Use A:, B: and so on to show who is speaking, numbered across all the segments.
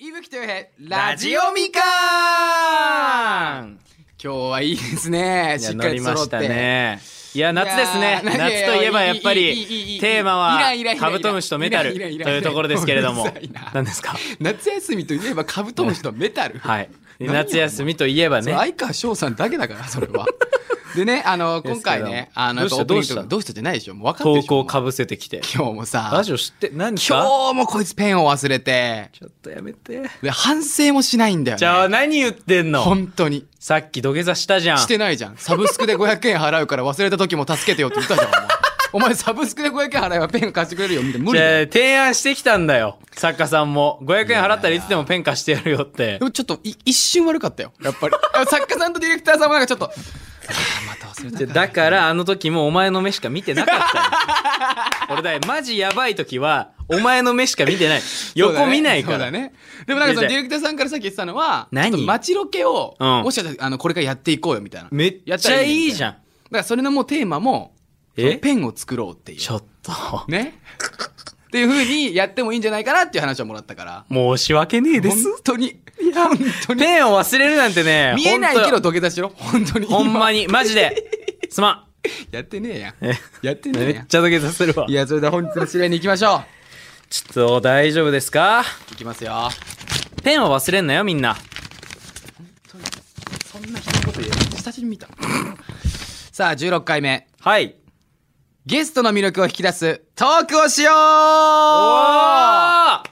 A: いぶきとよへラジオみかん今日はいいですね
B: いや
A: しっかり
B: 乗
A: 揃っ
B: した
A: て、
B: ねいや夏ですね
A: いやー
B: 夏といえばやっぱ
A: いやいやいやいやい
B: り
A: や
B: テーマ
A: いらんいらんら
B: はい
A: ん
B: カブトムシとメタル
A: い
B: と
A: らんいらんいらん
B: いうところですけれども
A: うるさいな
B: 何ですか
A: 夏休みといえばカブトムシとメタル、
B: はい
A: 何
B: 夏休みといえば
A: それ
B: ね
A: 相川翔さんだけだからそれはでねあの今回ね
B: ですけど
A: あの
B: どうした
A: やっぱオープニングとかど
B: どうした
A: うしたじゃないでしょもう分かってる
B: 投
A: でしょ
B: 稿かぶせてきて
A: もう今日もさ
B: ラジオ知って何ですか
A: 今日もこいつペンを忘れて
B: ちょっとやめて
A: で反省もしないんだよ
B: じゃあ
A: ね
B: 何言ってんの
A: 本当に
B: さっき土下座したじゃん
A: してないじゃんサブスクで500円払うから忘れた時も助けてよって言ったじゃんお前お前サブスクで500円払えばペン貸してくれるよみたいな無理
B: じ
A: だ
B: ゃ
A: よ
B: あ提案してきたんだよ作家さんも500円払ったらいつでもペン貸してやるよって
A: でもちょっとい一瞬悪かったよやっ ぱり作家さんとディレクターさんもなんかちょっとあーまた忘れた
B: じゃあだからあの時もお前の目しか見てなか ったよ俺だよマジやばい時はお前の目しか見てない横見ないから
A: そうだね。でもなんかその
B: 見
A: デ
B: て
A: ィレクターさんからさっき言ってたのは、
B: 何
A: ちょっと街ロケを、
B: うん
A: もしかしたらあのこれからやっていこうよみたいな。
B: めっ
A: や
B: ちゃいいじゃ
A: ん。
B: ん
A: だからそれのもうテーマも、そ
B: え
A: のペンを作ろうってい
B: ちょっと
A: う。ね。っていう風にやってもいいんじゃないかなっていう話をもらったから。
B: 申し訳ねえで
A: 本
B: す
A: 当に。本当に。
B: ペンを忘れるなんてね
A: 見えないけど
B: 本
A: 土下座しろ。本当に。
B: 当ほんま
A: に。
B: にマジですま
A: やってねえやん
B: んえ。
A: やってねえ
B: め
A: や
B: っ
A: ん。
B: ちゃ土下座するわ
A: いや、それでは本日の指令に行きましょ
B: ちょっと大丈夫ですか
A: う。いきますよ。
B: ペンを忘れんなよみんな
A: そんなひどいこと言えない。久しぶりに見た。 さあ、16回目。
B: はい
A: ゲストの魅力を引き出すトークをしよう
B: お
A: は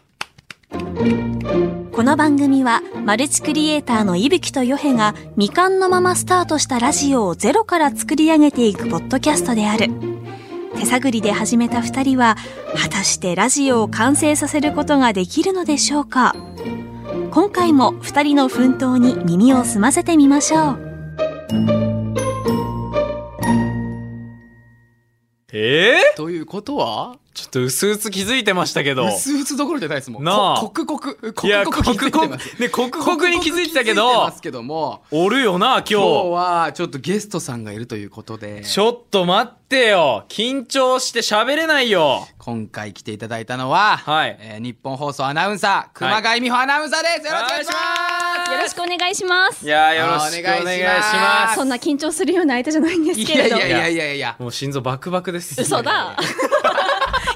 B: ー
C: この番組はマルチクリエイターの伊吹とヨヘが未完のままスタートしたラジオをゼロから作り上げていくポッドキャストである手探りで始めた2人は果たしてラジオを完成させることができるのでしょうか今回も2人の奮闘に耳を澄ませてみましょう
B: えー、
A: ということは
B: ちょっと薄々気づいてましたけど
A: うすうつどころじゃないですもん。
B: なあ
A: こ刻々刻々
B: いや
A: 刻々
B: 刻
A: 刻々
B: 々ね刻々に気づいてた
A: 刻々気づいて
B: けど
A: ますけども
B: おるよな
A: 今日
B: 今日
A: はちょっとゲストさんがいるということで
B: ちょっと待ってよ緊張して喋れないよ
A: 今回来ていただいたのは、
B: はい
A: えー日本放送アナウンサー熊谷美穂アナウンサーです。よろしくお願いします。
C: よろしくお願いします
B: いやーよろしくお願いしま
A: そ
C: そ
A: ん
C: んな緊張するような相手じゃないんですけれど
A: いやいやいやいやいや
B: す。もう心臓バクバクです
C: 嘘だ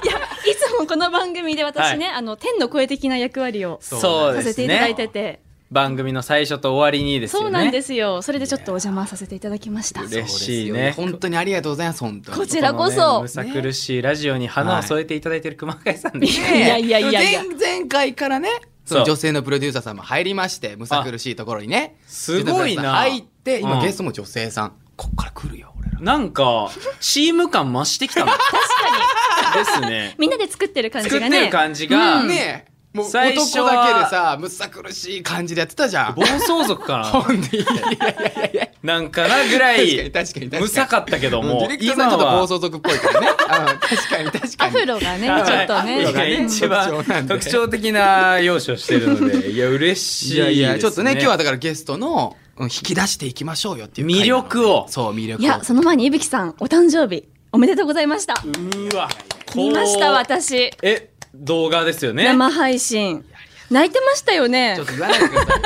C: いやいつもこの番組で私ね、あの天の声的な役割を
B: そう
C: さ
B: で
C: せ
B: す
C: ていただいて
B: ね
C: て、
B: 番組の最初と終わりにですよね
C: そうなんですよそれでちょっとお邪魔させていただきました
B: 嬉
A: そうです
B: しい
A: よ
B: ね
A: 本当にありがとうございます。本当に
C: こちらこ
B: のね
C: そ
B: むさ苦しいラジオに花を添えていただいてる熊谷さんで
C: い
B: す、
C: やいやいやいや
A: でも前前回からねそ
B: そ
A: の
B: う
A: 女性のプロデューサーさんも入りましてむさ苦しいところにね
B: すごいな
A: 入って今、
B: うん
A: ゲストも女性さんこっから来るよ俺ら
B: なんかチーム感増してきたのですね
C: みんなで作ってる感じ
B: 作っ
C: が
B: てる
C: ね
B: 感じが、
A: ねえもう男だ
B: 最
A: けで
B: 初は
A: さむさ苦しい感じでやってたじゃん
B: 暴走族かな
A: ほんでいやいやいやいや
B: なんかなぐら
A: 確かに確
B: い
A: かに確かに
B: むさかったけど
A: もう
B: も
A: ディレクターさ
B: 今
A: んちょっと暴
B: は
A: 走族っぽいからねうん確かに確か
C: ア
A: に
C: フロがね
B: はい
C: ちょっと
B: アフロが
C: ね
B: 一
A: 特徴なん
B: 番
A: で
B: 特徴的な要素をしてるの でいや嬉しい
A: いやいや、
B: です
A: ちょっとね今日はだからゲストのうん引き出していきましょうよっていう
B: 魅力を
A: そう魅力を
C: いやその前にいぶきさんお誕生日おめでとうございました
B: うーわこう
C: 見ました私
B: え動画ですよね
C: 生配信泣いてましたよね
A: ちょっと言わないでください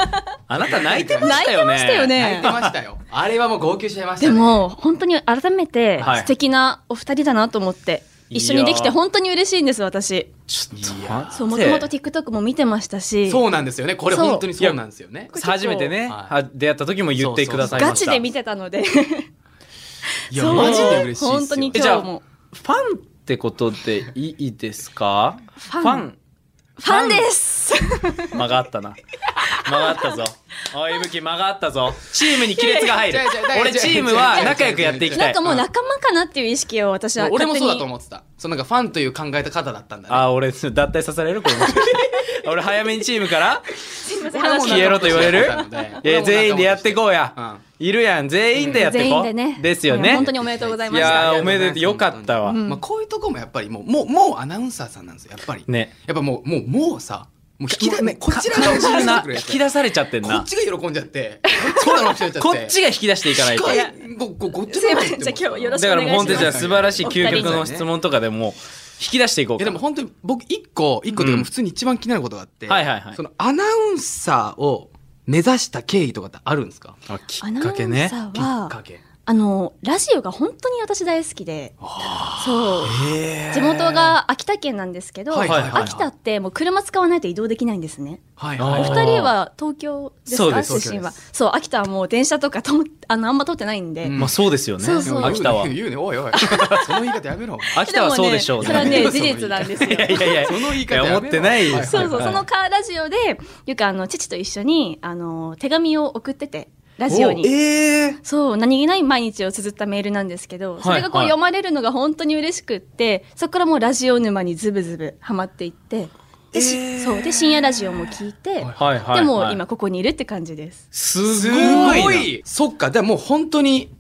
B: あなた泣いてましたよね
C: 泣いてましたよね
A: 泣いてましたよ。あれはもう号泣しちゃいました、
C: で
A: ね。
C: も本当に改めて
B: はい
C: 素敵なお二人だなと思って一緒にでき
B: い
C: て
B: や
C: 本当に嬉しいんです私
B: ちょっと
A: い
B: 待
A: や
B: って
C: そうもともと TikTok も見てましたし
A: そうなんですよね。これ
C: そう
A: 本当にそうなんですよね。
C: これ結構
B: 初めてね、
A: は
B: あ出会った時も言ってください
C: ガ
B: まし
C: チ
B: た
C: で見てたので
A: いや、
C: そう
A: マジで嬉しいっすよ。
C: 本当に
B: え
C: 今
B: じゃ
C: 日
B: あ
C: も
B: ファンってことでいいですか
C: ファンフ
B: ファ
C: ァ
B: ン
C: ンです
B: 間があったな間があ ったぞおいぶき間があったぞチームに亀裂が入る
A: いやいやいやいや
B: 俺チームは仲良くやってい きた
C: ないんかもう仲間かなっていう意識を私は
A: 俺
C: 勝
A: も
C: 手
A: そうだと
C: に
A: 思ってた。そうなんかファンという考え方だったんだね。
B: あー俺脱退させられるこれもしかして俺早めにチームから
C: すいません
A: 俺も
C: 話
A: 仲間
B: 消えろと言われる
A: 俺も仲間
B: いや全員でやってこう
A: う
B: や
A: ん
B: いるやん全員でやって
C: 全
B: こ
C: 員
B: う
C: でね
B: ですよ
C: いや
B: ね
C: 本当におめでとうございまし
B: いや
C: た
B: ーおめでとうよかったわ
A: まあ、こういうとこもやっぱりもう、もう、もうアナウンサーさんなんですよ。やっぱり。
B: ね。
A: やっぱもう、もう、もうさ、もう引き出、ね、こちらが
B: 感じるな
A: 喜ん でくれ
B: 引
A: て
B: き出されちゃってん
A: こ
B: な
A: っちが喜んじゃって。こっちが喜んじゃって。
B: こっちが引き出していかないと
A: 近い。こここっちが
C: すいませんじゃあ今日よろしく
B: だからもう本当にじゃあ
A: お願いします
B: 素晴らしい究極の質問とかでもき出していこう
A: い
B: か
A: やでも本当に僕一個一個というか
B: うん
A: もう普通に一番気になることがあって、
B: はいはいはい
A: そのアナウンサーを目指した経緯とかってあるんですか
B: あき
C: ア
B: っ
C: ナ
B: か
C: ウン
B: けね
C: サー
A: きっ
C: は
A: かけ
C: あのラジオが本当に私大好きでそう地元が秋田県なんですけど、
A: はいはい
B: はいはい
C: 秋田ってもう車使わないと移動できないんですね。
A: はい
B: あ
C: お
A: は
B: ー
A: い
C: 二人は東京です
B: そうで
C: か
B: す
C: 出身
A: 東京
C: は。
A: で
C: そう秋田はもう電車とかとあのあんま通ってないんで。
A: うん
B: まあそうですよね
C: そうそう
B: 秋田 は
A: 言うね言うねおい おいその言い方やめろ
B: 秋田はそうでしょう
C: でもね それはね事実なんですよ。
B: いやいやいや
A: その言い方やめろ
B: いや思ってないです
C: そうそう、
B: はい
C: そのカーラジオでゆかあの父と一緒にあの手紙を送っててラジオに。
B: ええ
C: そう何気ない毎日を綴ったメールなんですけど、
B: い
C: それがこう
B: はい
C: 読まれるのが本当に嬉しくって、そこからもうラジオ沼にズブズブハマっていって、で、しそうで深夜ラジオも聞いて、
B: はいはいはい
C: でも今ここにいるって感じです。
B: す
A: す
B: ごいな
A: ごいそっかでもう本当に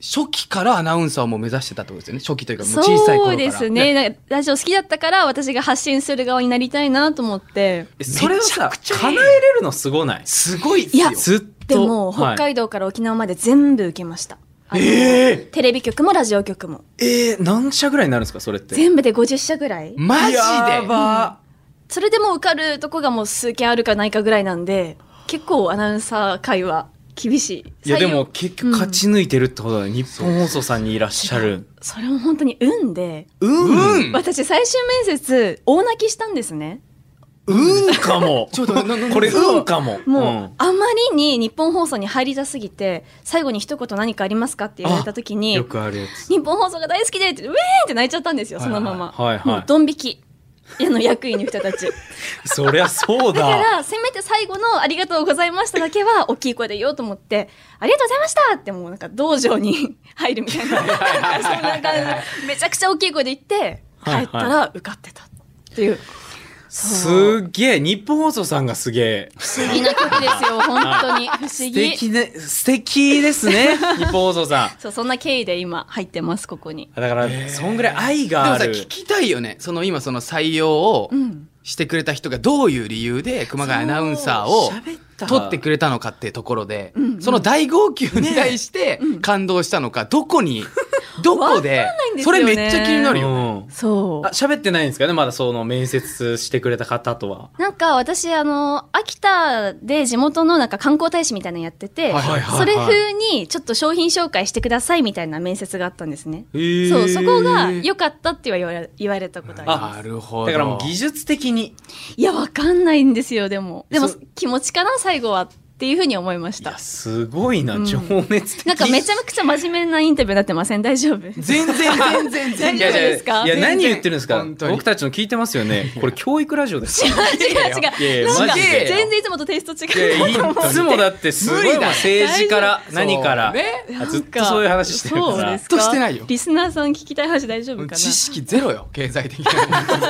A: 初期からアナウンサーも目指してたってことですよね初期というかもう小さい頃か
C: そう
A: ら
C: ですねなんかラジオ好きだったから私が発信する側になりたいなと思って
B: えそれをさ叶えれるのすごない
A: すごいっす
C: いや
A: よ
B: ずっと
C: でも
B: は
C: 北
B: い
C: 海道から沖縄まで全部受けました、あの
A: え
C: テレビ局もラジオ局も
B: えー、何社ぐらいになるんですかそれって
C: 全部で50社ぐらい
A: マジで
B: やば
C: それでも受かるとこがもう数件あるかないかぐらいなんで結構アナウンサー界は厳しい
B: いや
C: 採
B: で
C: 用
B: も結局勝ち抜いてるってことだね、日本放送さんにいらっしゃる
C: それも本当に運で
B: うん
A: うん
C: 私最終面接大泣きしたんですね
B: うんかも
A: ちょっとななな
B: これうんかも
C: もう、
B: うん
C: あまりに日本放送に入りたすぎて最後に一言何かありますかって言われた時に
B: よくあるやつ
C: 日本放送が大好きでって、ウェーンって泣いちゃったんですよ、そのまま。
B: はいはいはい
C: もうドン引き。あの役員の人たち。
B: そりゃそう
C: だ
B: だ
C: から、せめて最後のありがとうございましただけは大きい声で言おうと思って、ありがとうございましたってもうなんか道場に 入るみたいな。そんな感じ。めちゃくちゃ大きい声で言って、帰
B: はいはい
C: ったら受かってたっていう。そう
B: すっげえ日本放送さんがすげえ
C: 不思議な曲ですよ、本当に。不思
B: 素
C: 議。
B: 敵ね素敵です ね日本放送さん
C: そう、そんな経緯で今入ってます、ここに。
B: だから、そんぐらい愛があ
A: で
B: る
A: もさ聞きたいよねその今その採用を
C: うん。
A: してくれた人がどういう理由で熊谷アナウンサーを
B: 喋った
A: 取ってくれたのかっていうところで、
C: んうん
A: その大号泣に対して感動したのか、どこ にどこで
C: いんです
A: そ
C: よね
A: れめっちゃ気になるよ、
B: うん
C: そう
B: あ。喋ってないんですかねまだその面接してくれた方とは
C: なんか私あの秋田で地元のなんか観光大使みたいなのやってて、
A: はいはい
B: はい
C: それ風にちょっと商品紹介してくださいみたいな面接があったんですね。
B: へー
C: そうそこが良かったっては言われ言われたことありま
A: なるほど
B: だからもう技術的に
C: す。いやわかんないんですよでもでも
B: そ
C: 気持ちかな最後はっていうふうに思いまし
B: い
C: た
B: や。すごいな、
C: うん
B: 情熱的
C: なんかめちゃくちゃ真面目なインタビューになってません大丈夫
A: 全然全然全
C: いや
A: 然
C: いやいやですか
B: いや何言ってるんですか
A: 本当に
B: 僕たちの聞いてますよねこれ教育ラジオです
C: 違う違う
B: いやい
C: 違う。
B: や
C: なんか
B: マジで
C: 全然いつもとテイスト
B: いや
C: 違う。
B: いつもだってすごいもん
A: 無理だ
B: 政治から何から、
A: そうね
B: あずっとそういう話してる
C: そう
B: か
C: で
B: ら
C: す
A: ずっとしてないよ
C: リスナーさん聞きたい話大丈夫かな。
A: 知識ゼロよ経済的な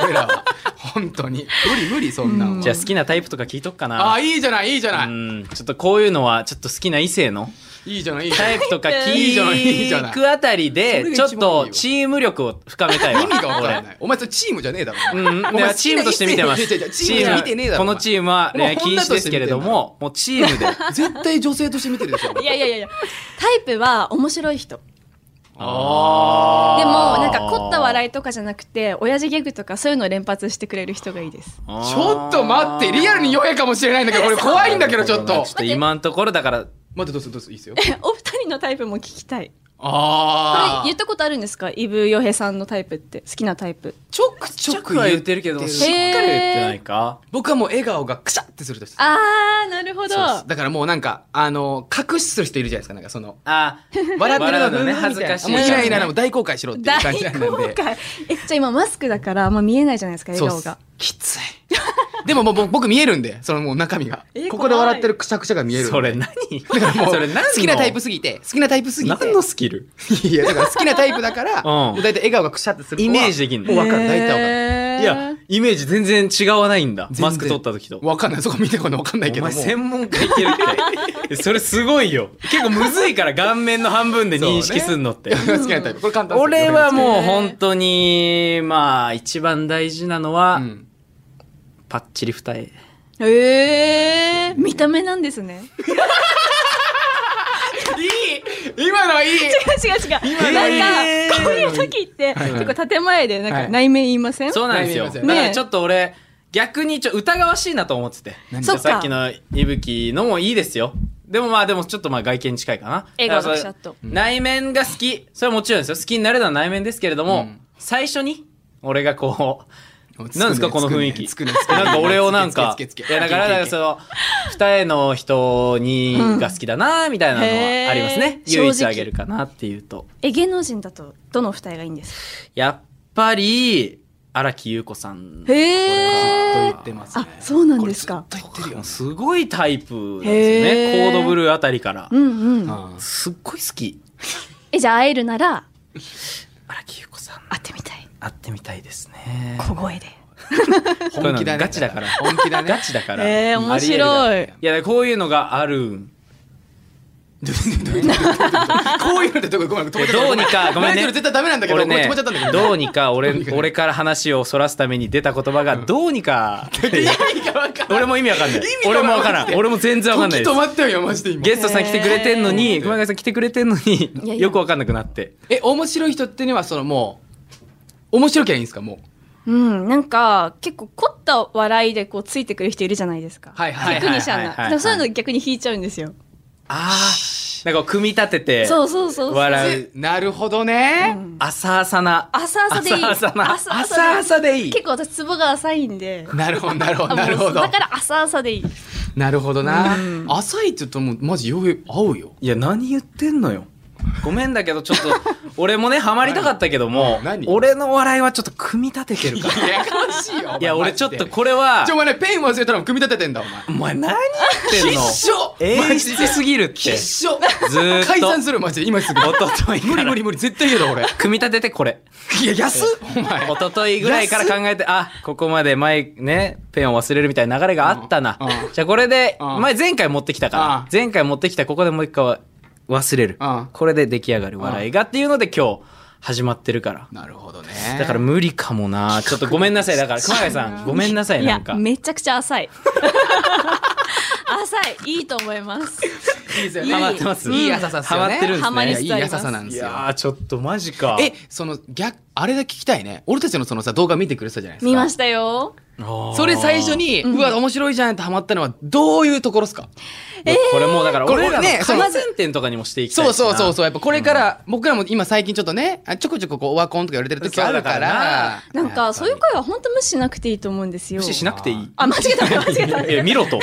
A: 俺 らは本当に無理無理そんな
C: うんん
B: じゃあ好きなタイプとか聞いとくかな
A: ああいいじゃないいいじゃない、
B: うんちょっとこういうのはちょっと好きな異性の
A: いいじゃないいいじゃな
B: タ
A: い
B: イプとか
A: いいじゃないいいじゃな
B: 聞
A: い
B: くあたりでちょっとチーム力を深めたいわ
A: 意味がわからないお前それチームじゃねえだろ
B: うん、
A: お前
B: チームとして見てます。
A: いやいやいやチーム見てねえだろ
B: このチームは恋愛禁止ですけれども、もうチームで。
A: 絶対女性として見てるでしょ
C: いやいやいやいやタイプは面白い人
B: あ
C: でもなんか凝った笑いとかじゃなくて親父ギャグとかそういうのを連発してくれる人がい いです
A: ちょっと待ってリアルに弱いかもしれないんだけどこれ怖いんだけどちょっと
B: ちょっと今のところだから、
A: 待ってどうするどうするいいですよ
C: えお二人のタイプも聞きたいこれ
A: あ
C: 言ったことあるんですかイブ・ヨヘさんのタイプって好きなタイプ
A: ちょくち
B: チ
A: ょ
B: ョ
A: く
B: クは言ってるけど、しっかりは言ってないか。
A: 僕はもう笑顔がくしゃってするとです
C: あーなるほど
A: そうですだからもうなんかあの隠しする人いるじゃないですかなんかその
B: あ、
A: 笑ってる
B: 笑うのね
A: うん
B: 恥ずかしい
A: もうイライラなもう大公開しろっていう
C: 大
A: 感じなんで
C: 公開えじゃあ今マスクだからあんま見えないじゃないですか笑
A: そう
C: 顔
A: っす
C: が
A: きついでももう僕僕見えるんでそのもう中身が
C: え
A: ここで笑ってるくしゃくしゃが見える
B: それ何それ何の
A: 好きなタイプすぎて好きなタイプすぎて
B: 何のスキル
A: いやだから好きなタイプだから、
B: うん
A: もう大体笑顔がくしゃってする子は
B: イメージできんの
A: もう分かる大体分かる
B: いや、イメージ全然違わないんだ。
A: 全然
B: マスク取った時と。
A: 分かんないそこ見てこない分かんないけ
B: お
A: ども
B: 前専門家いけるって。それすごいよ。結構むずいから、顔面の半分で認識すんのって。
A: 好きなタイプこれ簡単ですよ
B: 俺はもう本当に、まあ、一番大事なのは、
A: うん
B: パッチリ二重。
C: えー、見た目なんですね
A: いい今のはいい
C: 違う違う。なんか、こういう時って、結構建前で、なん
A: は
C: か
A: い
C: 内面言いません
B: そうなんですよ。
A: 悩みます
B: だ
A: よ
B: か
A: ね
B: らちょっと俺、逆にちょ疑わしいなと思ってて。
C: そっか
B: さっきのいぶきのもいいですよ。でもまあでもちょっとまあ外見に近いかな。
C: 笑顔
B: だ
C: のく
B: か
C: しゃ
B: ら
C: っと
B: それ内面が好き。それはもちろんですよ。好きになれたのは内面ですけれど
A: う
B: も、
A: ん
B: 最初に、俺がこう、
A: なん
B: なんですかこの雰囲気。
A: つくねつくね
B: なんか俺をなんか、
A: つけつけつ
B: い
A: け
B: やだから、だからその、二重の人にが好きだなみたいなのはありますね。
C: うんへー
B: 唯一あげるかなっていうと。
C: え、芸能人だと、どの二重がいいんです
B: やっぱり、荒木優子さん
A: ず
C: か。へ
A: っと言
C: ー
A: ってますね
C: あ、そうなんですか。
A: ずっと言ってるよ
B: すごいタイプなんですよ
C: へ
B: ね。
C: ー
B: コードブルーあたりから
C: う。んうん。
A: うん
B: すっごい好き。
C: え、じゃあ会えるなら、
B: 荒木優子さん、
C: 会ってみたい。
B: 会ってみたいですね。
C: 小声で。
A: 本気
B: こういう
A: だ
B: の
A: ね
B: ガチだから。
A: 本気だね
B: ガチだから。
C: えー面白い
B: いや、こういうのがあるん。
A: こういうのってどこごめん止めちゃった
B: どうにかごめんね
A: ラジオ絶対ダメなんだけど
B: 俺ね
A: 止めちゃったんだけ、ど
B: どうにか俺、 俺から話をそらすために出た言葉が、どう にか、俺も意味わかんない。
A: 味が
B: 俺
A: わかんない
B: もわからん。俺も全然わかんない
A: 時
B: で
A: 止。
B: す
A: まったよマジで今
B: ゲストさん来てくれてんのに、熊谷さん来てくれてんの
C: いや
B: に、
C: いや
B: よくわかんなくなって。
A: え面白い人っていうのはそのもう面白きゃいいんですかもう
C: うん、なんか、結構凝った笑いでこう、ついてくる人いるじゃないですか。
A: はいはい
C: テクニシャン
B: はいはいはいは
C: な。
B: い
C: でもそういうの逆に引いちゃうんですよ。
B: ああ、なんかこう組み立てて、
C: そうそうそうそう。
B: 笑う。
A: なるほどね、
B: 浅々な。
C: 浅々でいい
B: 浅々な。
C: 浅々な
B: 浅々でいい。
C: 結構私、ツボが浅い んで。
A: なるほどなるほどなる
C: あも
A: ほ
C: う
A: ど
C: だから浅々でいい。
A: なるほどな、浅いって言うともうマジよう合うよ
B: いや、何言ってんのよ。ごめんだけど、ち ょっと、俺もね、ハマりたかったけども
A: 何、何
B: 俺の笑いはちょっと組み立てて るから。い
A: やかましいよ
B: や、俺ちょっとこれは
A: ちょ、お、前ねペン忘れたら組み立ててんだお
B: お前何言ってんの
A: 必勝
B: 演出すぎるって。
A: 前
B: ず
A: 必勝
B: ーっと。
A: 解散するマジで今すぐ
B: おとといから
A: 無理無理無理絶対嫌だ俺
B: 組み立ててこれ。
A: いや安っお前
B: おとといぐらいから考えて、あ、ここまで前ね、ペンを忘れるみたいな流れがあったな
A: うんう。ん
B: じゃあこれで、
A: うん
B: 前前回持ってきた
A: う
B: か
A: ん
B: ら、前回持ってきたここでもう一回は忘れる
A: うん。
B: これで出来上がる笑いがっていうので今日始まってるから。
A: なるほどね
B: だから無理かもな。ちょっとごめんなさい。だから熊谷さん、ごめんなさい。
C: い
B: な
C: や
B: んか、。
C: めちゃくちゃ浅 い。浅い。いいと思います。
A: いいですよね
B: ハマってます
A: いい朝さっすよね
B: ハマってるんですね
C: ハマりつ
A: い
C: つ
A: い
C: あり
A: 朝
C: ます
A: さなんで
B: い
A: すよ
B: やー、ちょっとマジか。
A: えその逆あれだけ聞きたいね俺たちのそのさ動画見てくれてたじゃないですか
C: 見ましたよ。
A: それ最初に、うわ面白いじゃんってハマったのはどういうところですか
B: いやこれもうだから
A: これ
B: 俺らの
A: ねそう
B: 改善点とかにもしていきたい
A: そうそうそうそう
B: う
A: やっぱこれから、僕らも今最近ちょっとねあちょこちょここうオワコンとか言われてる時あるから
B: そ
C: なんか、そういう声は本当無視しなくていいと思うんですよ。
B: 無視しなくていい
C: あ、間違えた、間違えた。
B: え見ろ と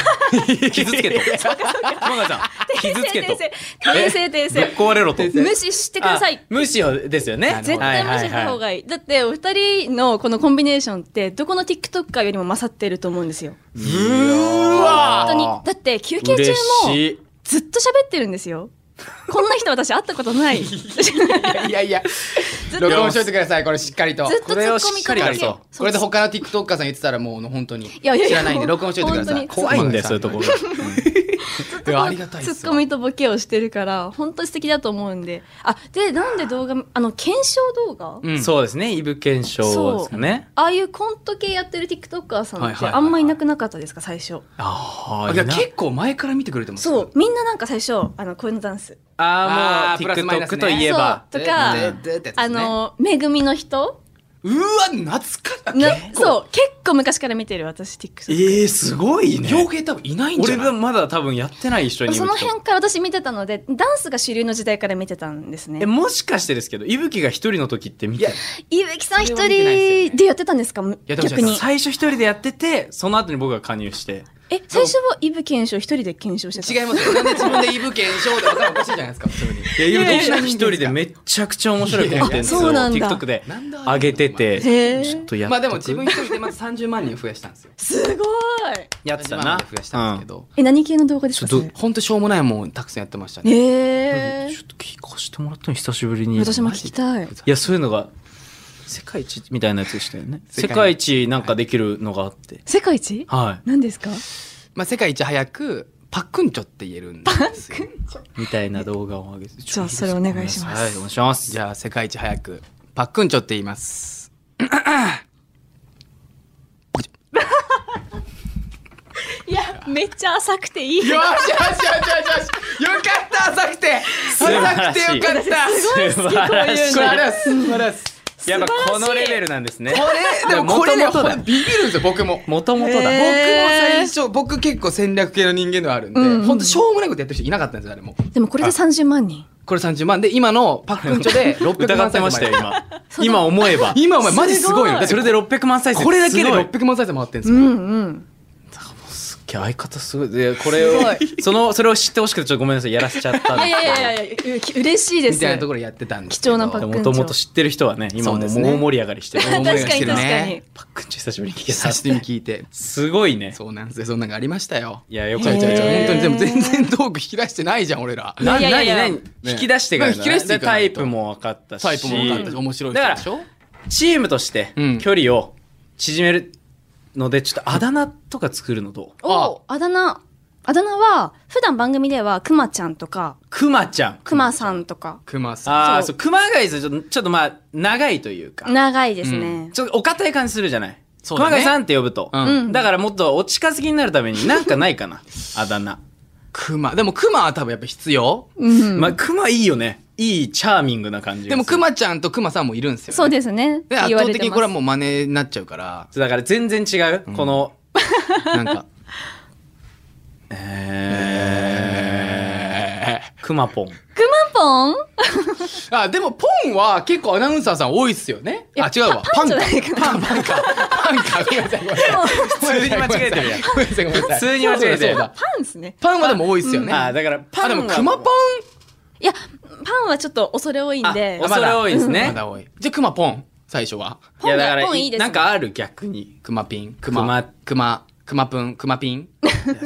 B: 傷つけと熊谷さん傷つけと
C: 訂正訂正訂正
B: えぶっ壊れろと
C: 無視してください
B: あ。無視をですよね
C: 絶対無視した方がいい。だって、お二人のこのコンビネーションって、どこの TikToker よりも勝ってると思うんですよ。
B: う
C: 本当に。だって、休憩中
B: 嬉
C: も、
B: しい
C: ずっと喋ってるんですよ。こんな人私会ったこと ない。ずっ
A: いやいや
C: ずっと
A: 録音しといてくださいこれしっかりと
C: とツッコミか
B: これ
C: け
B: をしっかり
C: て
B: やる。
A: これで他の TikToker さん言ってたらもう本当に
C: いやいやいや
A: 知らないんで録音しといてください
C: 本当に
B: 怖いんだよそういうところが
A: いやありがたいっ
C: ツ
A: す
C: ッ
A: よ
C: コミとボケをしてるから、本当に素敵だと思うんで。あ、で、なんで動画、あの、検証動画、
A: うん
B: そうですねイブ検証ですかね
C: ああいうコント系やってる TikToker さん
A: はい
C: っ
A: はい
C: て
A: はいはい
C: あんまいなくなかったですか、最初。
B: あ
A: あ
B: ー
A: じゃ
B: い
A: あ
B: いな
A: 結構前から見てくれてます
C: そう、みんななんか最初、あの、声のダンス。
A: あ
B: あ
A: ー
B: ー
A: プ
B: も
A: ラ
B: う
A: スマイナス
B: TikTok
A: ね
B: といえば
C: そうとか
A: でででってやつね
C: あの、めぐみの人
A: うわ懐かしい
C: な
A: 結構
C: そう、結構昔から見てる私、TikTok。
B: えーすごいね
A: 洋平多分いないんじ
B: 俺
A: ゃない
B: はまだ多分やってない一緒に
C: その
B: イブキと
C: 辺から私見てたので、ダンスが主流の時代から見てたんです
B: え
C: ね。
B: もしかしてですけどいぶきが一人の時って見て
A: い
B: る
A: や
C: いぶきさん一
A: それは見てないですよね
C: 人でやってたんですか
A: やってました
C: 逆に。
B: 最初一人でやっててその後に僕が加入して
C: え、最初はいぶ検証一人で検証してた
A: 違いますよなんで自分でイブ検証で頭おかしいじゃないですか普通に
B: いや
C: いやいや
B: ゆうき一人でめっちゃくちゃ面白いコンテンツを
C: あそうなんだ
B: TikTok で
A: なんだ
B: 上げて
C: へ
B: て
C: ー
B: ちょっとやっ
A: まあ
B: と
A: で
B: く
A: も自分一人でまず30万人増やしたんですよ
C: すごい
B: やって
A: 30
B: た
A: 万
B: な
A: 人増やしたんですけど、
C: え、何系の動画ですか
A: ちょ
C: そ
A: っ
C: れ
A: と本当しょうもないもんたくさんやってましたね
B: う
C: え
B: ん
C: ー
B: ちょっと聞かせてもらったの久しぶりに
C: 私も聞きたい。
B: いやそういうのが世界一みたいなやつでしたよね世
A: 世界
B: 界一なんかできるのがあって
C: 世界一
B: は
C: 何ですか
A: まあ世界一早くパックンチョって言えるんですよ
B: いみたいな動画を上げて
C: じゃあそれお願いします
B: はいお願いします
A: じゃあ世界一早くパックンチョって言います
C: いや、めっちゃ浅くていい。
A: しよしよしよしよかった浅くて
B: 素晴らしい
A: 浅くてよかった
B: すごい好
C: こういう
A: 素
C: の
A: 晴らしい素晴らしい
B: やっぱこのレベルなんですね
A: これでもこれねほんとビビるんですよ僕も
B: もともとだ、
A: 僕も最
C: へー
A: 初僕結構戦略系の人間ではあるんで、
C: うんうん
A: ほんとしょうもないことやってる人いなかったんですよあれも
C: でもこれで30万人。
A: これ30万で今のパックンチョで600
B: 疑
A: 万
B: って
A: 再生
B: ましたよ
A: 回って
B: 今今思えば
A: 今お前マジすごいよ
C: すごい
A: だって
B: それで600万再生
A: これだけです
B: ごい
A: 600万再生回ってるんです
C: う
A: よ、
C: んうん。
B: 相方すごいでこれを
C: すごい
B: そのそれを知ってほしくてちょっとごめんなさいやらせちゃったん
C: い
B: で
C: や
B: す
C: い
B: けど
C: やいやいやう嬉しいで
A: み
C: す。
A: たいなところやってたんです
C: 貴重なパックン
B: もともと知ってる人はね今も
A: そう
B: う
A: ですね
B: 大盛り上がりしてる
A: 大
C: 確
A: 盛り上が
C: か
A: りし
C: に
A: てる
C: 確か
A: ね
C: に。
B: パックンチ久しぶりに聞けた
A: 久しぶりに聞いて
B: すごいね
A: そうなんですよそんなんがありましたよ
B: いやよ
A: ち
B: か
A: ょ
B: っ
A: い
B: た
A: ちょいちょい本
C: へー
A: 当にでも全然トーク引き出してないじゃん俺ら
B: ない
C: やいやいや
B: 何何引き出してからだな
A: 引き出してい
B: で
A: かな
B: タ
A: い
B: イ
A: と
B: プも分かったし
A: タイプも分かったし面白い
B: だ
A: 人
B: から
A: でしょ
B: チームとして
A: うん
B: 距離を縮めるのでちょっとあだ名とか作るのどう
C: おあだ名。あだ名は、普段番組では、くまちゃんとか、
B: クマちゃん
C: くまさんとか、
A: クマさん
B: ああ
C: そ
B: そう熊谷さんちょっとちょっとまあ長いというか
C: 長いですね。
A: うん
B: ちょっとお堅い感じするじゃない
A: そうだね
B: 熊谷さんって呼ぶと、
A: うん
B: だからもっとお近づきになるためになんかないかなあだ名、
A: クマでもクマは多分やっぱ必要
C: うん
B: まあ熊いいよねいいチャーミングな感じがする
A: でもクマちゃんとクマさんもいるんですよね
C: そうですね。
A: で圧倒的にこれは
C: も
A: もう真似になっちゃうから
B: だから全然違う、この
A: なんか
B: えー熊ポン
C: くまぽん
A: あでもポンは結構アナウンサーさん多いっすよねあ違うわ
C: パ
A: パ
C: ン
A: ン
C: じゃ
A: か
C: ないか
A: パンパンかパンかごめんなさいごめんなさい
B: 普通に間違えてるやん
A: ごめんなさいごめんなさい
B: 普通に間違えて
A: そ
B: る
A: うだそうだ
C: パンですね。
A: パンはでも多いっすよね
B: あ
A: あ
B: ーだからパン
A: で
B: は
A: もクマポン
C: いや、パンはちょっと恐れ多いんで
B: あ、恐れ多いです
A: ま
B: ね、
A: だ多いじゃあクマポン最初は
B: うんいやだか
C: ポン
B: ら
C: ポンいいですね
B: なんかある逆に
A: クマピンク
B: クマ
A: マクマクマプンクマピン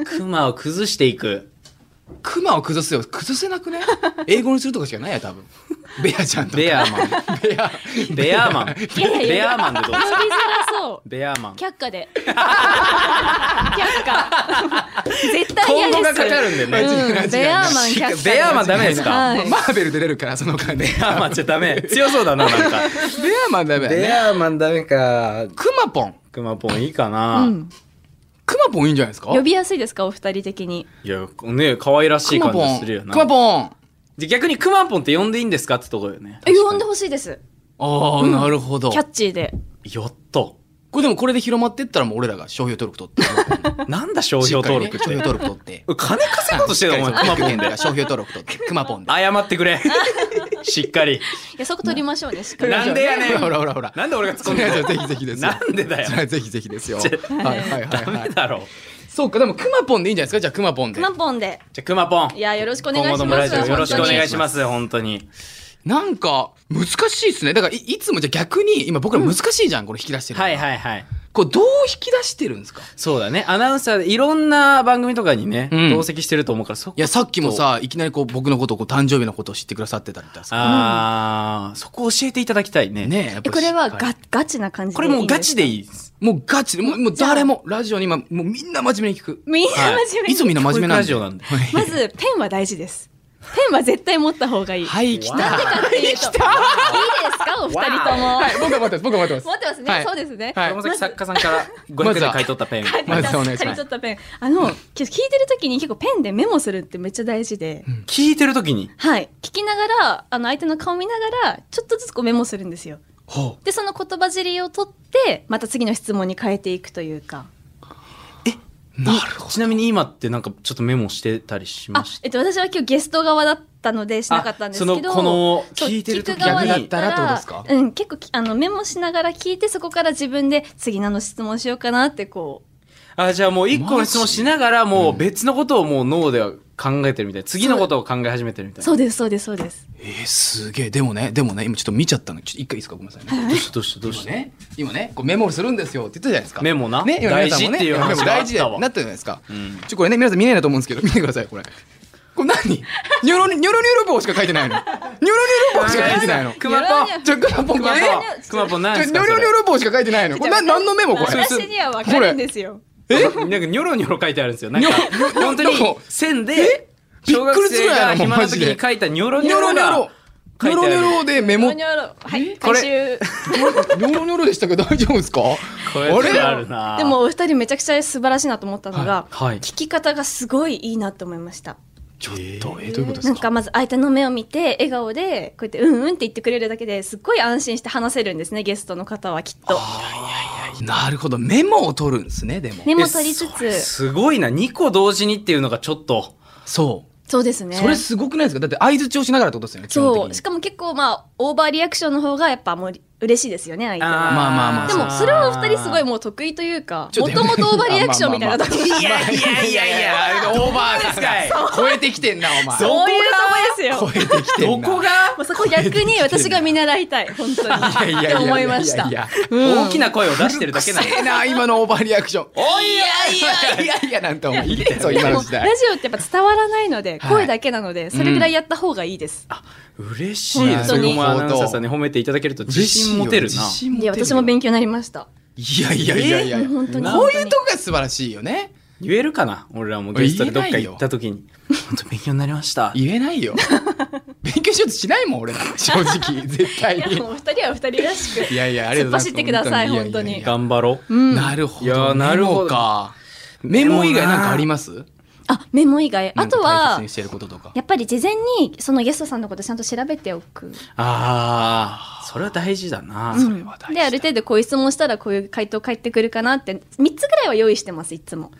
B: 熊を崩していく
A: クマを崩すよ崩せなくね英語にするとかしかないや多分ベアちゃんとか
B: ベアーマン
A: ベア
B: ベアーマン
C: いやいやいや
B: ベアーマンでどうで
C: 呼
B: すか
C: びづらそう。
B: ベアーマン
C: 却下で。却下。絶対嫌
B: 今
C: です。
B: 後がかかるんでね、
C: うん、ベアーマン却下です。
B: ベアーマンダメですか、
C: はい
A: マーベル出れるからその間ね
B: ベアーマンじゃダメ強そうだななんか
A: ベアマンダメだね。
B: アーマンダメか
A: クマポン。
B: クマポンいいかな、
C: うん
A: クマポンいいんじゃないですか
C: 呼びやすいですか、お二人的に。
B: いやね可愛らし
A: ク
B: い
A: マ
B: 感
A: ポン。
B: じするよ
A: ク
B: な
A: マポン。
B: で逆にクマポンって呼んでいいんですかってとこよね
C: え呼んでほしいです。
A: ああ、なるほど。
C: キャッチーで。
B: やっと
A: これでもこれで広まってったらもう俺らが商標登録取って。
B: なんだ商標登録っ
A: 商
B: て、
A: 標登録取って。
B: 金稼ごうとしてるお前クマポンで
A: 商標登録取って。クマポンで。
B: 謝ってくれしっかり
C: いや、そこ取りましょうね、しっかり。
B: なんでやねん
A: ほらほらほら。
B: なんで俺が突っ込ん
A: い
B: で
A: やいや
B: る
A: ぜひぜひですよ。
B: なんでだよ
A: それはぜひぜひですよ。はいはいはい
B: ダ
A: は
B: メ
A: い。
B: だろ
A: そうか、でもクマポンでいいんじゃないですかじゃあクマポンで
C: ク。マポンで。
B: じゃあクマポン
C: いや、よろしくお願い
B: 今後
C: し
B: とも
C: ま
B: ラ
C: す。
B: ジオよろしくお願いし
C: 本
B: ます本当に
A: なんか、難しいですね。だからい、いつもじゃあ逆に、今僕ら難しいじゃん、これ引き出してるのが。
B: はいはいはい
A: これどう引き出してるんですか
B: そうだねアナウンサーでいろんな番組とかにね、
A: うん
B: 同席してると思うからそこ
A: いや、さっきもさ、いきなりこう、僕のことをこう、誕生日のことを知ってくださってたりとかさ。
B: あー、そこ教えていただきたいね。
A: ねえ、やっ
C: 当
A: ぱ
C: にえ、これはガ
A: し
C: ガチな感じで
B: これもうガチでいいです。
A: もうガチで、もう、もう誰も、ラジオに今、もうみんな真面目に聞く。
C: みんな真面目
A: い
C: に
A: つもみんな真面目なんで。
B: ラジオなんで
A: はい
C: まず、ペンは大事です。ペンは絶対持った方がいい。
A: はい、来た。
C: なんでかっていうと、いいですか、お二人とも。
A: はい、僕は待ってます、僕は待って
C: 持
A: ま
C: ってますね、
A: はい
C: そうですね。
A: はい
B: 山崎作家さんから500円で買い取ったペン。
C: はい
A: まずはお願いします
C: 借り取ったペン。あの、き聞いてる時に結構ペンでメモするってめっちゃ大事で、
B: 聞いてる時に。
C: はい。聞きながら、あの、相手の顔見ながら、ちょっとずつこうメモするんですよ。
A: す。ほう。
C: で、その言葉尻を取って、また次の質問に変えていくというか。
A: なるほど。
B: ちなみに今ってなんかちょっとメモしてたりし
C: あ
B: まし、
C: えっと、私は今日ゲスト側だったので、しなかったんですけど。
B: あそのこの
C: そう
B: 聞いてる時
C: 聞く側
A: 逆だったらってことですか
C: うん、結構き、あの、メモしながら聞いて、そこから自分で次何の質問しようかなって、こう。
B: た。あ、じゃあもう一個の質問しながらもう別のことをもう脳では考えてるみたい。次のことを考え始めてるみたいな。
C: そうです、そうです、そうです。
A: えー、すげえ。でもね、でもね、今ちょっと見ちゃったの。ちょっと一回いいですかごめんなさいね。
B: どうしたどうしたどう
A: 今
B: した、
A: ね、今ね、こうメモするんですよって言ったじゃないですか。
B: メモな
A: ね、今皆さんもね
B: 大事っていう話
A: メモ大事
B: があ
A: だ
B: ったわ
A: なったじゃないですか。
B: うん
A: ちょ、これね、皆さん見れないと思うんですけど、見てください、これ。これ何ニョロニョロニョロ棒しか書いてないの。ニョロニョロ棒しか書いてないの。
B: クマ
C: や
B: ポ
C: ら
B: ン
C: んやん
A: ちょ、クマポン
B: ク
A: こ
B: マ
A: れ。
B: ポ
A: え
B: ンクマポン何
A: ちょ、ニ
B: で
A: ョ
B: すか
A: ロ
B: そ
A: ニョロ棒しか書いてないの。これな、何のメモこれ。
C: 私には分かるんですよ。
B: れなんかニョロニョロ書いてあるんですよ。なんか
A: ニョロ
B: 本当に線で
A: びっ
B: 小学
A: くりするや
B: 生が
A: ろもう
B: 暇
A: マ
B: な
A: ジ
B: 時
A: で
B: に書いたニョロ
A: ニ
B: ニ
A: ョ
B: ョ
A: ロ
B: ロ
A: ニョロ
B: が。書
A: ニョロニ
B: いてある
A: ョロでメモ
C: ニ
A: ニ
C: ョニョロはい
A: これ
C: 回収
A: ョロニョロでしたけど大丈夫ですか
B: こういうやつがあ
A: あれ
B: るな
C: でもお二人めちゃくちゃ素晴らしいなと思ったのが、
B: はいはい
C: 聞き方がすごいいいなと思いました
A: ちょっとえどういうことで
C: な
A: す
C: んか
A: か
C: まず相手の目を見て笑顔でこうやってうんうんって言ってくれるだけですっごい安心して話せるんですねゲストの方はきっと
A: なるほどメモを取るんですねでも
C: メモ取りつ
B: え
C: つ
B: すごいな2個同時にっていうのがちょっと
A: そ
C: そうです
A: う
C: ね
A: それすごくないですかだって相槌をしながらってことですよね基本的
C: そう
A: に
C: しかも結構まあオーバーリアクションの方がやっぱもう嬉しいですよね相手
A: ー
C: は
A: まあまあまあ
C: でもそれはお二人すごいもう得意というか
A: ちょっ
C: も
A: とや
C: と
A: め
C: もとオーバーリアクションみたいなとこ
A: いやいやいやいやオーバーですかい超えてきてんなお前
C: そういうとこですよ
A: 超えてきて
B: ど
A: んな
B: こが
C: もうそこ逆に私が見習いたい本当に
A: いや
C: っ
A: いや
C: て
A: や
C: 思いました
A: いやいや
B: 大きな声を出してるだけなの
A: うるせえな今のオーバーリアクションおいやいやいやいやなんて思いてそう
C: で
A: 今の
C: もラ
A: 時
C: ジ
A: 代
C: オってやっぱ伝わらないので
A: はい
C: 声だけなのでそれぐらいやった方がいいです
B: 嬉しいです
C: 本当に
B: ねもうアナウンサーさんに褒めていただけると自信持てるな
C: で私も勉強になりました
A: いやいやいやいや
C: えー本当に
A: こういうとこが素晴らしいよ ね
B: 言えるかな俺らもゲストでどっか行った時に本当勉強になりました
A: 言えないよ勉強しようとしないもん俺ら正直絶対
C: いや
A: に
C: もうお二人はお二人らしく
A: いやいやありがとうございます
C: 突っ走ってください
A: 本当に
C: 本当に
A: いやいやいや
B: 頑張ろう
C: うん
A: なるほど
B: いやなるほど
A: メモかメモ以外なんかあります
C: あメモ以外あと
A: なんか大
C: は
A: 切にしてることとか
C: やっぱり事前にそのゲストさんのことちゃんと調べておく
B: ああそれは大事だな、
C: うん
B: それは大事
C: である程度こういう質問したらこういう回答返ってくるかなって3つぐらいは用意してますいつも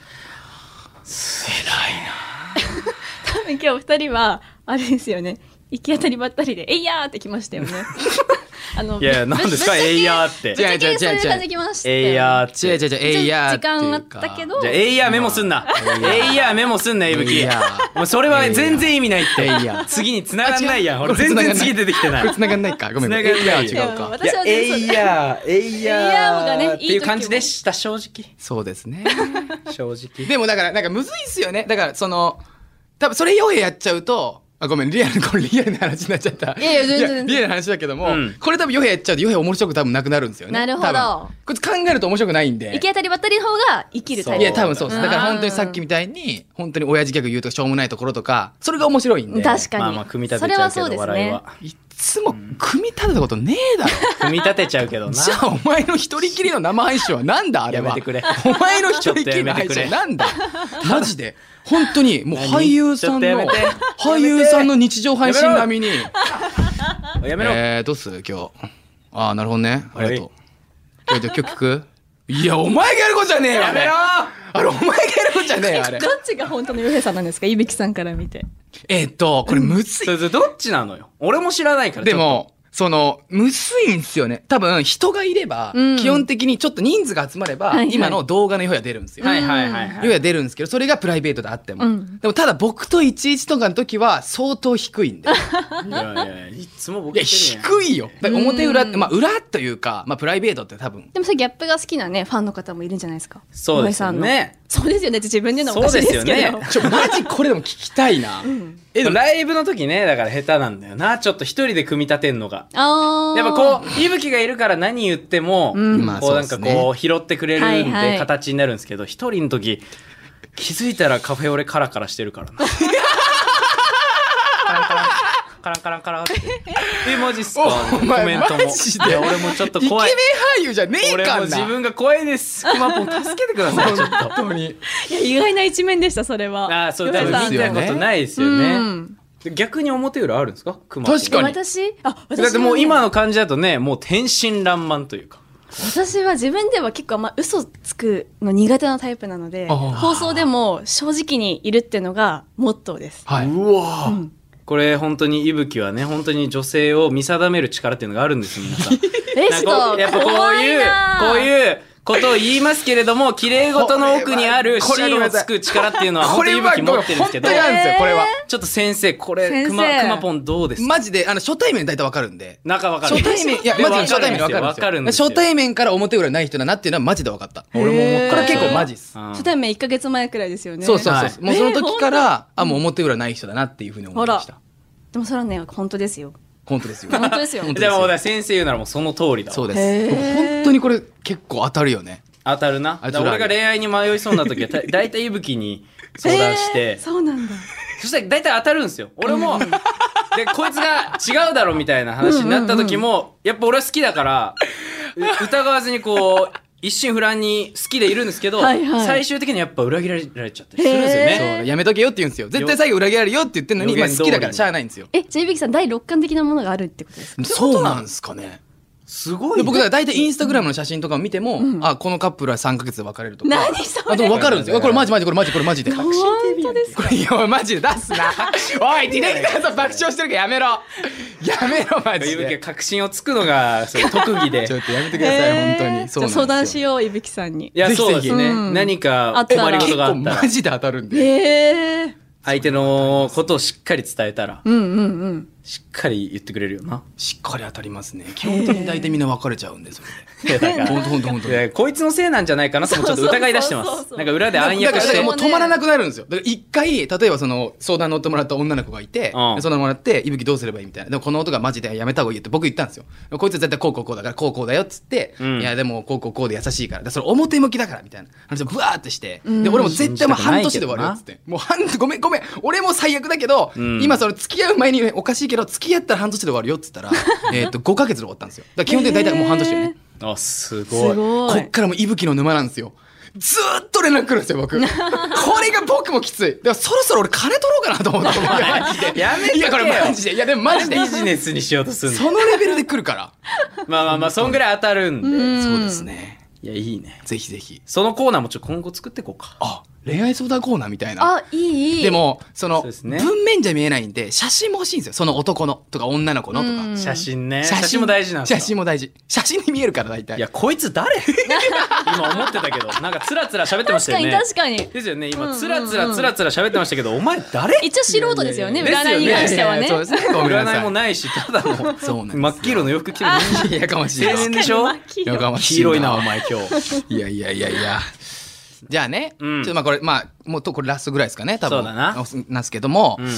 C: 多分 今日二人はあれですよね行き当たりばったりで「えいや!」ってきましたよ ねあの
B: いやいや何ですか
C: ぶっちゃけ
B: えいやーって
C: ぶっちゃ
A: 違う違
C: け
A: う
C: そういう
A: 違う
C: 感じで来まして
B: えいやーっ
A: 違う違
B: て
A: う違うえいやーっていうか
C: 時間あったけど
B: じゃあえいやーメモすんなえいやーメモすんなえぶ
A: えい
B: き
A: やー
B: もうそれは全然意味ないって
A: えいやー
B: 次に繋がんないやん
A: あ違う
B: 俺全
A: これ繋がんな
B: 然
A: い
B: 次出てきてない
A: これ繋がんないかごめん
B: 繋がんない
A: いや違
C: で
A: う
C: も
A: か
C: 私は全然そう
B: やーえい
C: えいやーがね
B: っていう感じでした正直
A: そうですね
B: 正 直
A: でもだからなんかむずいっすよねだからその多分それ傭兵やっちゃうとあごめんリアルこ れリアルな話になっちゃった
C: いやいや全然全然
A: リアルな話だけども、
B: うん
A: これ多分傭兵やっちゃうと傭兵面白く多分なくなるんですよね
C: なるほど
A: 多分こいつ考えると面白くないんで
C: 行き当たりばったりの方が生きるタイ
A: い
C: プ
A: や多分そうです
C: うん
A: だから本当にさっきみたいに本当に親父ギャグ言うとかしょうもないところとかそれが面白いんで
C: 確かに
B: まあまあ組み立てちゃうけ
C: それはそうで
B: ど
C: すね
B: 笑いはい
A: っつも組み立てたことねえだろ
B: 組み立てちゃう けどな
A: じゃあお前の一人きりの生配信はなんだあれ
B: や
A: は
B: めてくれ
A: お前の一人きりの配信はなんだ マジで本当にもう俳優さん
B: ちょっ
A: の
B: とやめて
A: 俳優さんの日常配信並みに
B: やめろ、
A: えー、どうする今日ああなるほどねありがとう
B: は、
A: えー、じゃあ今日聞くいやお前がやることじゃねえよやめろあれお前がやることじゃねえよあ れ
C: どっちが本当の洋平さんなんですかいびきさんから見て
A: えーっとこれむずい
B: それそれどっちなのよ俺も知らないから
A: でも、その、むずいんすよね。多分、人がいれば、
C: うん
A: 基本的にちょっと人数が集まれば、
C: はいはい
A: 今の動画の余裕は出るんです
B: ちょっ
A: よ。
B: とはいはいはいは
A: 余裕は出るんですけど、それがプライベートであっても。
C: うん
A: でも、ただ僕と11とかの時は、相当低いんで。
B: いいやいやいつもボ
A: いや、
B: ケてるやん
A: 低いよ。だから表裏って、まあ、裏というか、まあ、プライベートって多分。
C: でもそれギャップが好きなねファンの方もいるんじゃないですか
B: そうですよね
C: 洋平さんのそうですよねって自分で言うのもおかしいですけど
B: そうですよね
A: ちょ、マジこれでも聞きたいな。
B: えでもライブの時ねだから下手なんだよなちょっと一人で組み立てんのが
C: あー
B: やっぱこういぶきがいるから何言っても、
C: うん
A: まあ
B: こう
A: そう
B: な
A: っ
B: んか
A: すね
B: こう拾ってくれるん
C: はいは
B: で
C: い
B: 形になるんですけど一、人の時気づいたらカフェオレカラカラしてるから なカランカランカランカランカランってえマジっすか
A: お
B: コ
A: 前
B: メントも
A: マジで
B: いや俺もちょっと
A: イケメン
B: 怖い
A: 俳優じゃねえ
B: 俺
A: か
B: も
A: ん
B: 自
A: な。
B: 分が怖いですくまぽん助けてくださいちょっと
A: 本当に。
C: いや意外な一面でしたそれは
B: ああそう
C: 洋
B: 多分
C: 平さ
A: だ
C: ん
B: 見たことないですよ
C: う
B: ね
C: ん
B: 逆に表裏あるんですかくま
A: 確かに
C: 私あ私
B: だっても
C: は
B: う
C: ね
B: 今の感じだとねもう天真爛漫というか
C: 私は自分では結構あんま嘘つくの苦手なタイプなので
A: あー
C: 放送でも正直にいるっていうのがモットーです
A: はい。
B: うわ
C: う
B: ー
C: ん
B: これ本当にいぶきはね本当に女性を見定める力っていうのがあるんですよ皆さん
C: え
B: なん
C: ち
B: か
C: ょっと
B: やっぱこういうこう
C: う
B: いうことを言いますけれども綺麗事の奥にある
A: こ
B: シ
A: れはこれ
B: ーンをつく力っていうのは本当にいぶき持ってるんですけど
A: これはごめん本当にあるんですよ、これは。
B: ちょっと先生これ
C: 先生
B: くまくまぽんどうですか
A: マジで、あの、初対面で大体わかるんで。
B: 仲わかる
A: 初対面、いや、
B: で
A: マジで初対面でわかるんで
B: わ
A: す
B: かるんです
A: よ。
B: よ
A: 初対面から表裏ない人だなっていうのはマジでわかった。
C: 俺も思った
A: これ結構マジっす。
B: うん
C: 初対面1か月前くらいですよね
A: そうそう
B: は
A: そう。
B: い
A: もうその時から、あ、もう表裏ない人だなっていうふうに思いまし
C: あ
A: た。
C: でもそれはね本当ですよ
A: 本当ですよ。
C: 本当ですよ
A: 本当
B: じゃあもうだから先生言うならもうその通りだわ
A: そうで
C: へ
A: す。
C: ー
A: 本当にこれ結構当たるよね。
B: 当たるな
A: あいつら
B: だから俺が恋愛に迷いそうな時はだ大体いぶきに相談して、
C: えーそうなんだ
B: そしたら大体当たるんですよ。俺も、でこいつが違うだろみたいな話になった時も、やっぱ俺は好きだからう疑わずにこう一心不乱に好きでいるんですけど
C: はいはい
B: 最終的にやっぱ裏切られちゃったりするんですよ
C: へー
B: ね。
A: そうやめとけよって言うんですよ絶対最後裏切られるよって言ってんのに
B: 予
A: 今
B: 言通
A: 好
B: り
A: き
B: に
A: だからしゃあないんですよ
C: え、JB さん第六感的なものがあるってことですか。
A: そうなんですかね
B: すご
A: で僕だから大体インスタグラムの写真とかを見ても、あこのカップルは3ヶ月で別れるとか
C: 何それ
A: あでも分かるんですよこれマジマジこれマジこれマジで
C: 本当ですか。
A: いやおいマジで出すなおいディレクターさん爆笑してるからやめろやめろマジ
B: いぶきは
A: で
B: 確信をつくのがそう 特技で。
A: ちょっとやめてください、
C: えー
A: 本当
C: じゃあ
A: に
C: 相談し
A: よ
C: よういぶきさんに
B: い。や
A: ぜひぜひ
B: そうですね、
C: うん
B: 何
C: あ
B: か
C: った
B: 困り
C: ら
B: ごと
A: 結
B: があ
A: 構
B: ったら
A: マジで当たるんで
C: えー。
B: 相手のことをしっかり伝えたら
C: うんうんうん。
B: しっかり言ってくれるよ な。
A: しっかり当たりますね基本的に大体みんな別れちゃうんでそれ
B: いやだか
A: で
B: ら
A: 本当本当本当
B: いやこいつのせいなんじゃないかなともちょっと疑い出してま
C: そうそうそうそ
B: す。
C: う
B: なんか裏で暗
A: だか
B: 躍
A: ら
B: し
A: だか
B: て
A: らもう止まらなくなるんですよ。だから一回、例えばその相談乗ってもらった女の子がいて、
B: うん
A: で相談もらって、いぶきどうすればいいみたいな。でもこの音がマジでやめた方がいいって僕言ったんですよ。こいつは絶対こうこうこうだから、こうこうだよっつって、
B: うん
A: いやでもこうこうこうで優しいから、でそれ表向きだからみたいな話をブワーってして、で、俺も絶対もう半年で終わるよっつって。もう半、ごめんごめん、俺も最悪だけど、
B: うん
A: 今その付き合う前におかしいけど、付き合ったら半年で終わるよっつ ったら、えっと、5ヶ月で終わったんですよ。だから基本的に大体もう半年よね。
B: あす
C: す
B: ごい。
C: ご
A: こっ
C: い。
A: からもう息吹の沼なんですよ。ずーっと連絡来るんですよ、僕。これが僕もきつい。でもそろそろ俺金取ろうかなと思って。いや、マジで。
B: やめとけよ
A: いや、これマジで。いや、でもマジで。
B: ビジネスにしようとするの。
A: そのレベルで来るから。
B: まあまあまあそんぐらい当たるんで。
C: うん
A: そうですね。
B: いやいいね。
A: ぜひぜひ。
B: そのコーナーもちょっと今後作っていこうか。
A: あ、恋愛相談コーナーみたいな。
C: あいいいい。
A: でも、その
B: そうです、ね
A: 文面じゃ見えないんで、写真も欲しいんですよ。その男のとか女の子のと
C: うん
A: か。
B: 写真ね。写真も大事なんで
A: 写
B: すか
A: 真も大事。写真に見えるから大体。
B: いやこいつ誰 今思ってたけどなんかつらつら喋ってまし
C: 確
B: た
C: か
B: よ
C: に
B: ね。
C: 確かに。
B: ですよね
C: うんうん
B: 今
C: うん
B: つらつらつらつら喋ってましたけどお前誰
C: 一応素人ですよね
B: いやいや
C: 占い
B: い
C: に
B: や
C: 関してはね。
A: そうですね。ごめんな
B: 占
A: さ
B: い
A: い。
B: もないしただ
A: そ
B: の
A: うなんですよ
B: 真っ黄色の洋服着てる人間
A: いややかましいな。
B: 青年でしょ
C: 確かに真っ黄色
A: やかましい。
B: 黄色いなお前今日。
A: いやいやいやいや。じゃあね、
B: うん
A: ちょっとまあこれ、まあ、もうとこれラストぐらいですかね、多分。
B: そうだな
A: なんですけども、
B: うん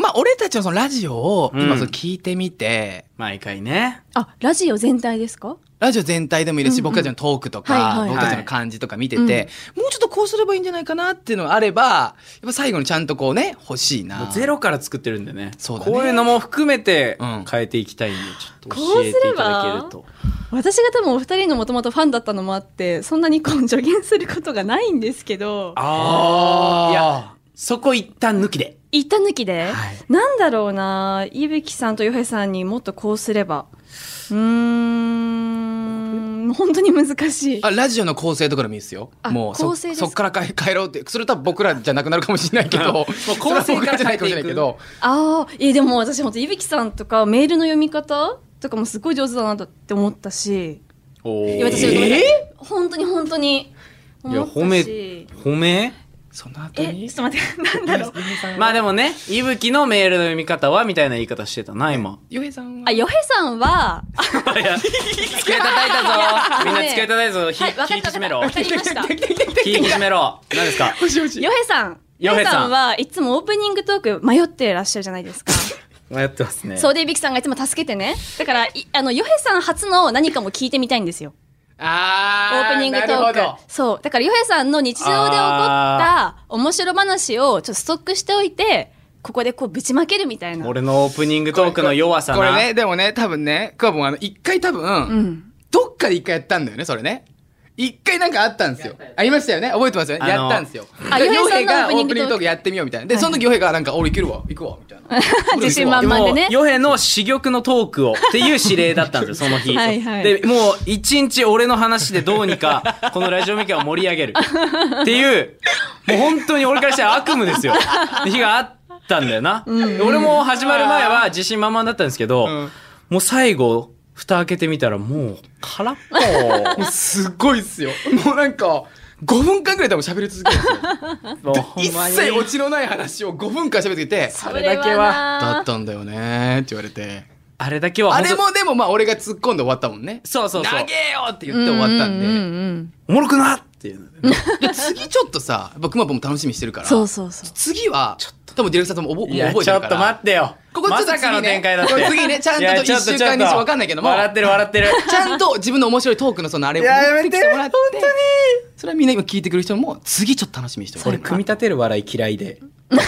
A: まあ俺たちのそのラジオを
B: う
A: 今
B: ん
A: その聞いてみて、
B: 毎回ね。
C: あラジオ全体ですか？
A: ラジオ全体でもいいですし、
C: うんうん
A: 僕たちのトークとか、
C: はいはい
A: 僕たちの感じとか見てて、もうちょっとこうすればいいんじゃないかなっていうのがあれば、やっぱ最後にちゃんとこうね、欲しい
B: も
A: な。
B: うゼロから作ってるんでね
A: そうだね
B: こういうのも含めて
A: うん
B: 変えていきたいんで、ちょっと教えていただけると
C: 私が多分お二人のもともとファンだったのもあってそんなにこう助言することがないんですけど
B: ああいやそこ一旦抜きで
C: 一旦抜きで、
B: はい
C: なんだろうな伊吹さんとヨヘさんにもっとこうすればうーん本当に難しい
A: あラジオの構成とかでもいいですよ。
C: あ
A: もうそ
C: 構成です
A: そ
C: か
A: っから変え変えろうって、それ多分僕らじゃなくなるかもしれないけど、
B: もう構成か
A: それは僕
B: ら
A: じゃないかもしれないけど、
C: ああえでも私本当伊吹さんとかメールの読み方とかもすごい上手だなって思ったし
B: お
C: いや私ごめんなさい本当に本当に
B: いや
C: 思ったし
B: 褒め褒め
A: その後
C: え
A: に
C: ちょっ。と待って なんだろう
B: まあでもねいぶきのメールの読み方はみたいな言い方してたな今
A: ゆえさんは
C: あ、ヨヘさんは、あ
B: いや机叩いたぞみんな机叩いたぞひ
C: はい、わか
B: 引き
C: った
B: 締め
C: わ
B: ろ
C: かったわかりま した。
B: 引き締めろ何ですか
A: もしもし
C: ヨヘさん。
B: ヨ
C: ヨ
B: ヘ
C: ヘ
B: さん
C: さんはいつもオープニングトーク迷ってらっしゃるじゃな いですか。
B: 迷ってますね
C: そうで、ビキさんがいつも助けてね。だから、いあの、ヨヘさん初の何かも聞いてみたいんですよ。オ
A: あ
C: ープニングト
A: なる
C: ー
A: ほ
C: ク。そう。だから、ヨヘさんの日常で起こった面白話をちょっとストックしておいて、ここでこうぶちまけるみたいな。
B: 俺のオープニングトークの弱さ
A: ど
B: な
A: これねでもね多分ねクワボンあの一回多分、
C: うん。
A: どっかで一回やったんだよねそれね一回なんかあったんですよありましたよね覚えてますよね
B: あの
A: やったんですよ
C: あ
A: で
C: 洋平さんの
A: 洋がオ
C: オープニン
A: ー
C: グ
A: プニン
C: トーク
A: グトークやってみようみたいなで
C: はい
A: その時ヨヘがなんか俺いけるわ行くわみたいな
C: 自信満
B: で
C: 々
B: も
C: でね
B: ヨヘの珠玉のトークをっていう指令だったんですよ、その日。
C: はいはい
B: で、もう一日俺の話でどうにか、このラジオミカを盛り上げる。っていう、もう本当に俺からしたら悪夢ですよ。って日があったんだよな。で俺も始まる前は自信満々だったんですけど、
A: ん
B: もう最後、蓋開けてみたらもう空っぽ。
A: もうすごいっすよもうなんか5分間ぐらい多分喋り続けるんですよ
B: もう ほん
A: 一
B: まに
A: 切オチのない話を5分間喋ってて
C: そ
B: れだけは
A: だっ
C: な
A: たんだよねって言われて
B: あれだけは
A: あ
B: 本当
A: れもでもまあ俺が突っ込んで終わったもんね
B: そうそうそう
A: 投。げよって言って終わったんで、
C: ううん
B: おもろくなっていうのでね
A: で次ちょっとさ僕も楽しみにしてるから
C: そうそうそう。
A: 次は多分ディレクターさんもおぼもう
B: いや、
A: 覚え
B: ち
A: て
B: ょ
A: る
B: っ
A: から
B: と待ってよ。
A: ここちょっ
B: ま
A: と
B: さかの展開だって。
A: 次ねこれ次ねちゃんと
B: いやちょっ
A: 一週間に
B: ちょっと
A: わかんないけども
B: 笑ってる笑ってる。
A: ちゃんと自分の面白いトークのそのあれを
B: いややめ
A: 持ってきてもらってそれはみんな今聞いてくる人も次ちょっと楽しみにしても
B: 俺
A: らって
B: 組み立てる笑い嫌いでうん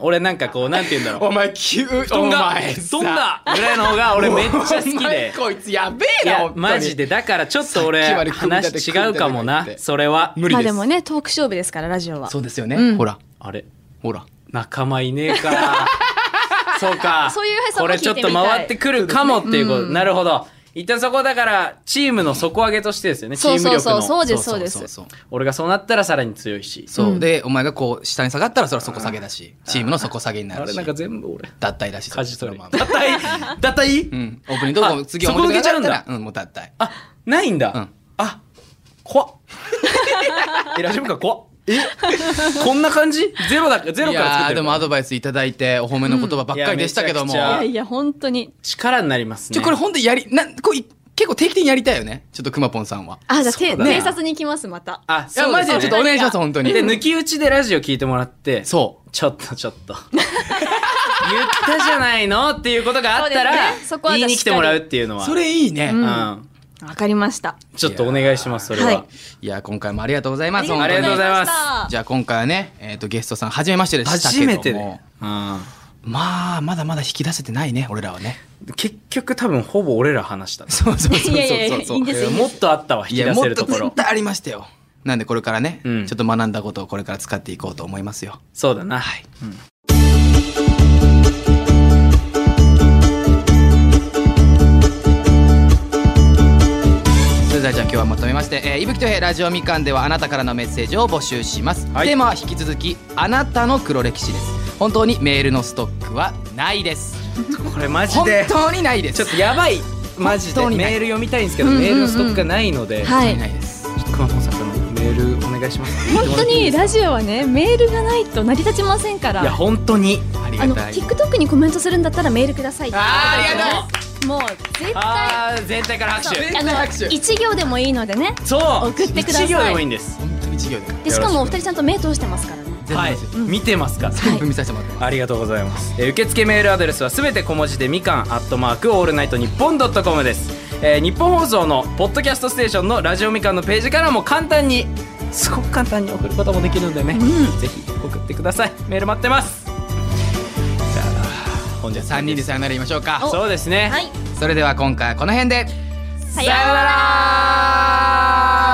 B: 俺なんかこうなんて言うんだろう
A: お前急布
B: 布団が布団だぐらいの方が俺めっちゃ好きで
A: こいつやべ
B: い
A: えな
B: や
A: 本当に
B: マジでだからちょっと俺
A: さっきまで組み立て
B: 話違うかもな
A: 組み立て組み立て
B: それは
A: 無理
C: まあ
A: で、
C: ですもね、トーク勝負ですから、ラジオは。
A: そうですよね、
C: うん
A: ほら
B: あれ
A: ほら
B: 仲間いね えかそうか
C: そういう話も
B: これちょっと回ってくるかもっていうこと、
C: うん
B: なるほど一旦そこだからチームの底上げとしてですよねチーム力の
C: そうそうそうそうですそうです
A: そうそう
B: 俺がそうなったらさらに強いし
A: そう
C: うん
A: でお前がこう下に下がったらそれは底下げだしチームの底下げにな
B: あ
A: る
B: れ
A: し
B: なんか全部俺
A: 脱退だし
B: 舵取り
A: そ
B: 脱
A: のまま
B: 退脱退
A: うんオープニングどうも
B: あ
A: 次
B: そこ
A: 表
B: 抜けちゃうんだ
A: 上がったらうんもう脱退
B: あないんだ、
A: うん
B: あ 怖っえラジオ部か怖っえこんな感じゼロだゼロ
A: い
B: から作っ
A: やー
B: て
A: で
B: る
A: もアドバイスいただいてお褒めの言葉ばっかりでしたけど
B: うん
A: も、
B: いや
C: い
B: めちゃく
C: やいや、本当に。
B: 力になります
A: ち
B: ね
A: ょこれほんとやりなんこうい結構定期的にやりたいよねちょっとくまぽんさんは
C: あ、じゃあ、て
B: そうだな
C: 偵察に行きます、また。
B: あ
A: いや
B: そう
A: マ
B: で
A: ジ
B: す
A: で
B: よね
A: ちょっとお願いします本当に
B: で抜き打ちでラジオ聞いてもらって
A: そ
B: ちょっとちょっと 言ったじゃないのっていうことがあった
C: そう
B: ら、
C: ですねそこは
B: 言いに来てもらうっていうの
A: う
B: は
A: それいいね、
B: うん
C: んわかりました。
B: ちょっとお願いしますそれは、
C: はい
A: いや今回もありがとうございます
B: ありがとうございます
C: ありがとうございました
A: じゃあ今回はね、えー、とゲストさん初めましてでしたけど
B: 初
A: も
B: めてね、うん
A: まあまだまだ引き出せてないね俺らは ね
B: 結局多分ほぼ俺ら話したな
A: そうそうそうそうそう
C: いやいやいやいいんですよ
B: えーもっとあったわ引
A: い
B: き
A: や
B: 出
A: も
B: せ
A: っ
B: る
A: と
B: ところ
A: 絶対ありましたよなんでこれからね、
B: うん
A: ちょっと学んだことをこれから使っていこうと思いますよ
B: そうだな、
A: はい
B: うん
A: それではじゃあ今日はまとめまして、えー、いぶきとへいラジオみかんではあなたからのメッセージを募集します、
B: はい
A: テーマは引き続きあなたの黒歴史です本当にメールのストックはないです
B: これマジ
A: 本
B: で
A: 当にないです
B: ちょっとやばいマジで
A: 本当にない
B: メール読みたいんですけど、
C: うんうんうん
B: メールのストックがないので、
A: 本
C: は
A: 当
C: い
A: にな。いです
B: 熊本さんのメールお願いします
C: 本当 にラジオはね、メールがないと成り立ちませんか
B: いや
C: ら。
B: 本当に
A: あり
C: あ
A: が
C: の、
A: たい
C: TikTok にコメントするんだったらメールくださいって
A: あーありが
C: とうもう、絶対、
B: あー全体から拍手
C: あの、1行でもいいのでね。
B: そう
C: 送ってください
B: 一行でもいいんです
A: 本当に授業で
C: で、しかもお二人ちゃんと目通してますからね。
A: 全部
B: はい
A: 見せて
B: 見てますから
A: 全部見させてもらってます、
B: ありがとうございます、えー受付メールアドレスはすべて小文字でみかんアットマークオールナイトニッポンドットコムです、えー日本放送のポッドキャストステーションのラジオみかんのページからも簡単にすごく簡単に送ることもできるのでね、ぜひ送ってくださいメール待ってますじゃあ本日
A: じゃあ3人でさよなら言いましょうか
B: そうですね、
C: はい。
A: それでは今回はこの辺で
C: さようなら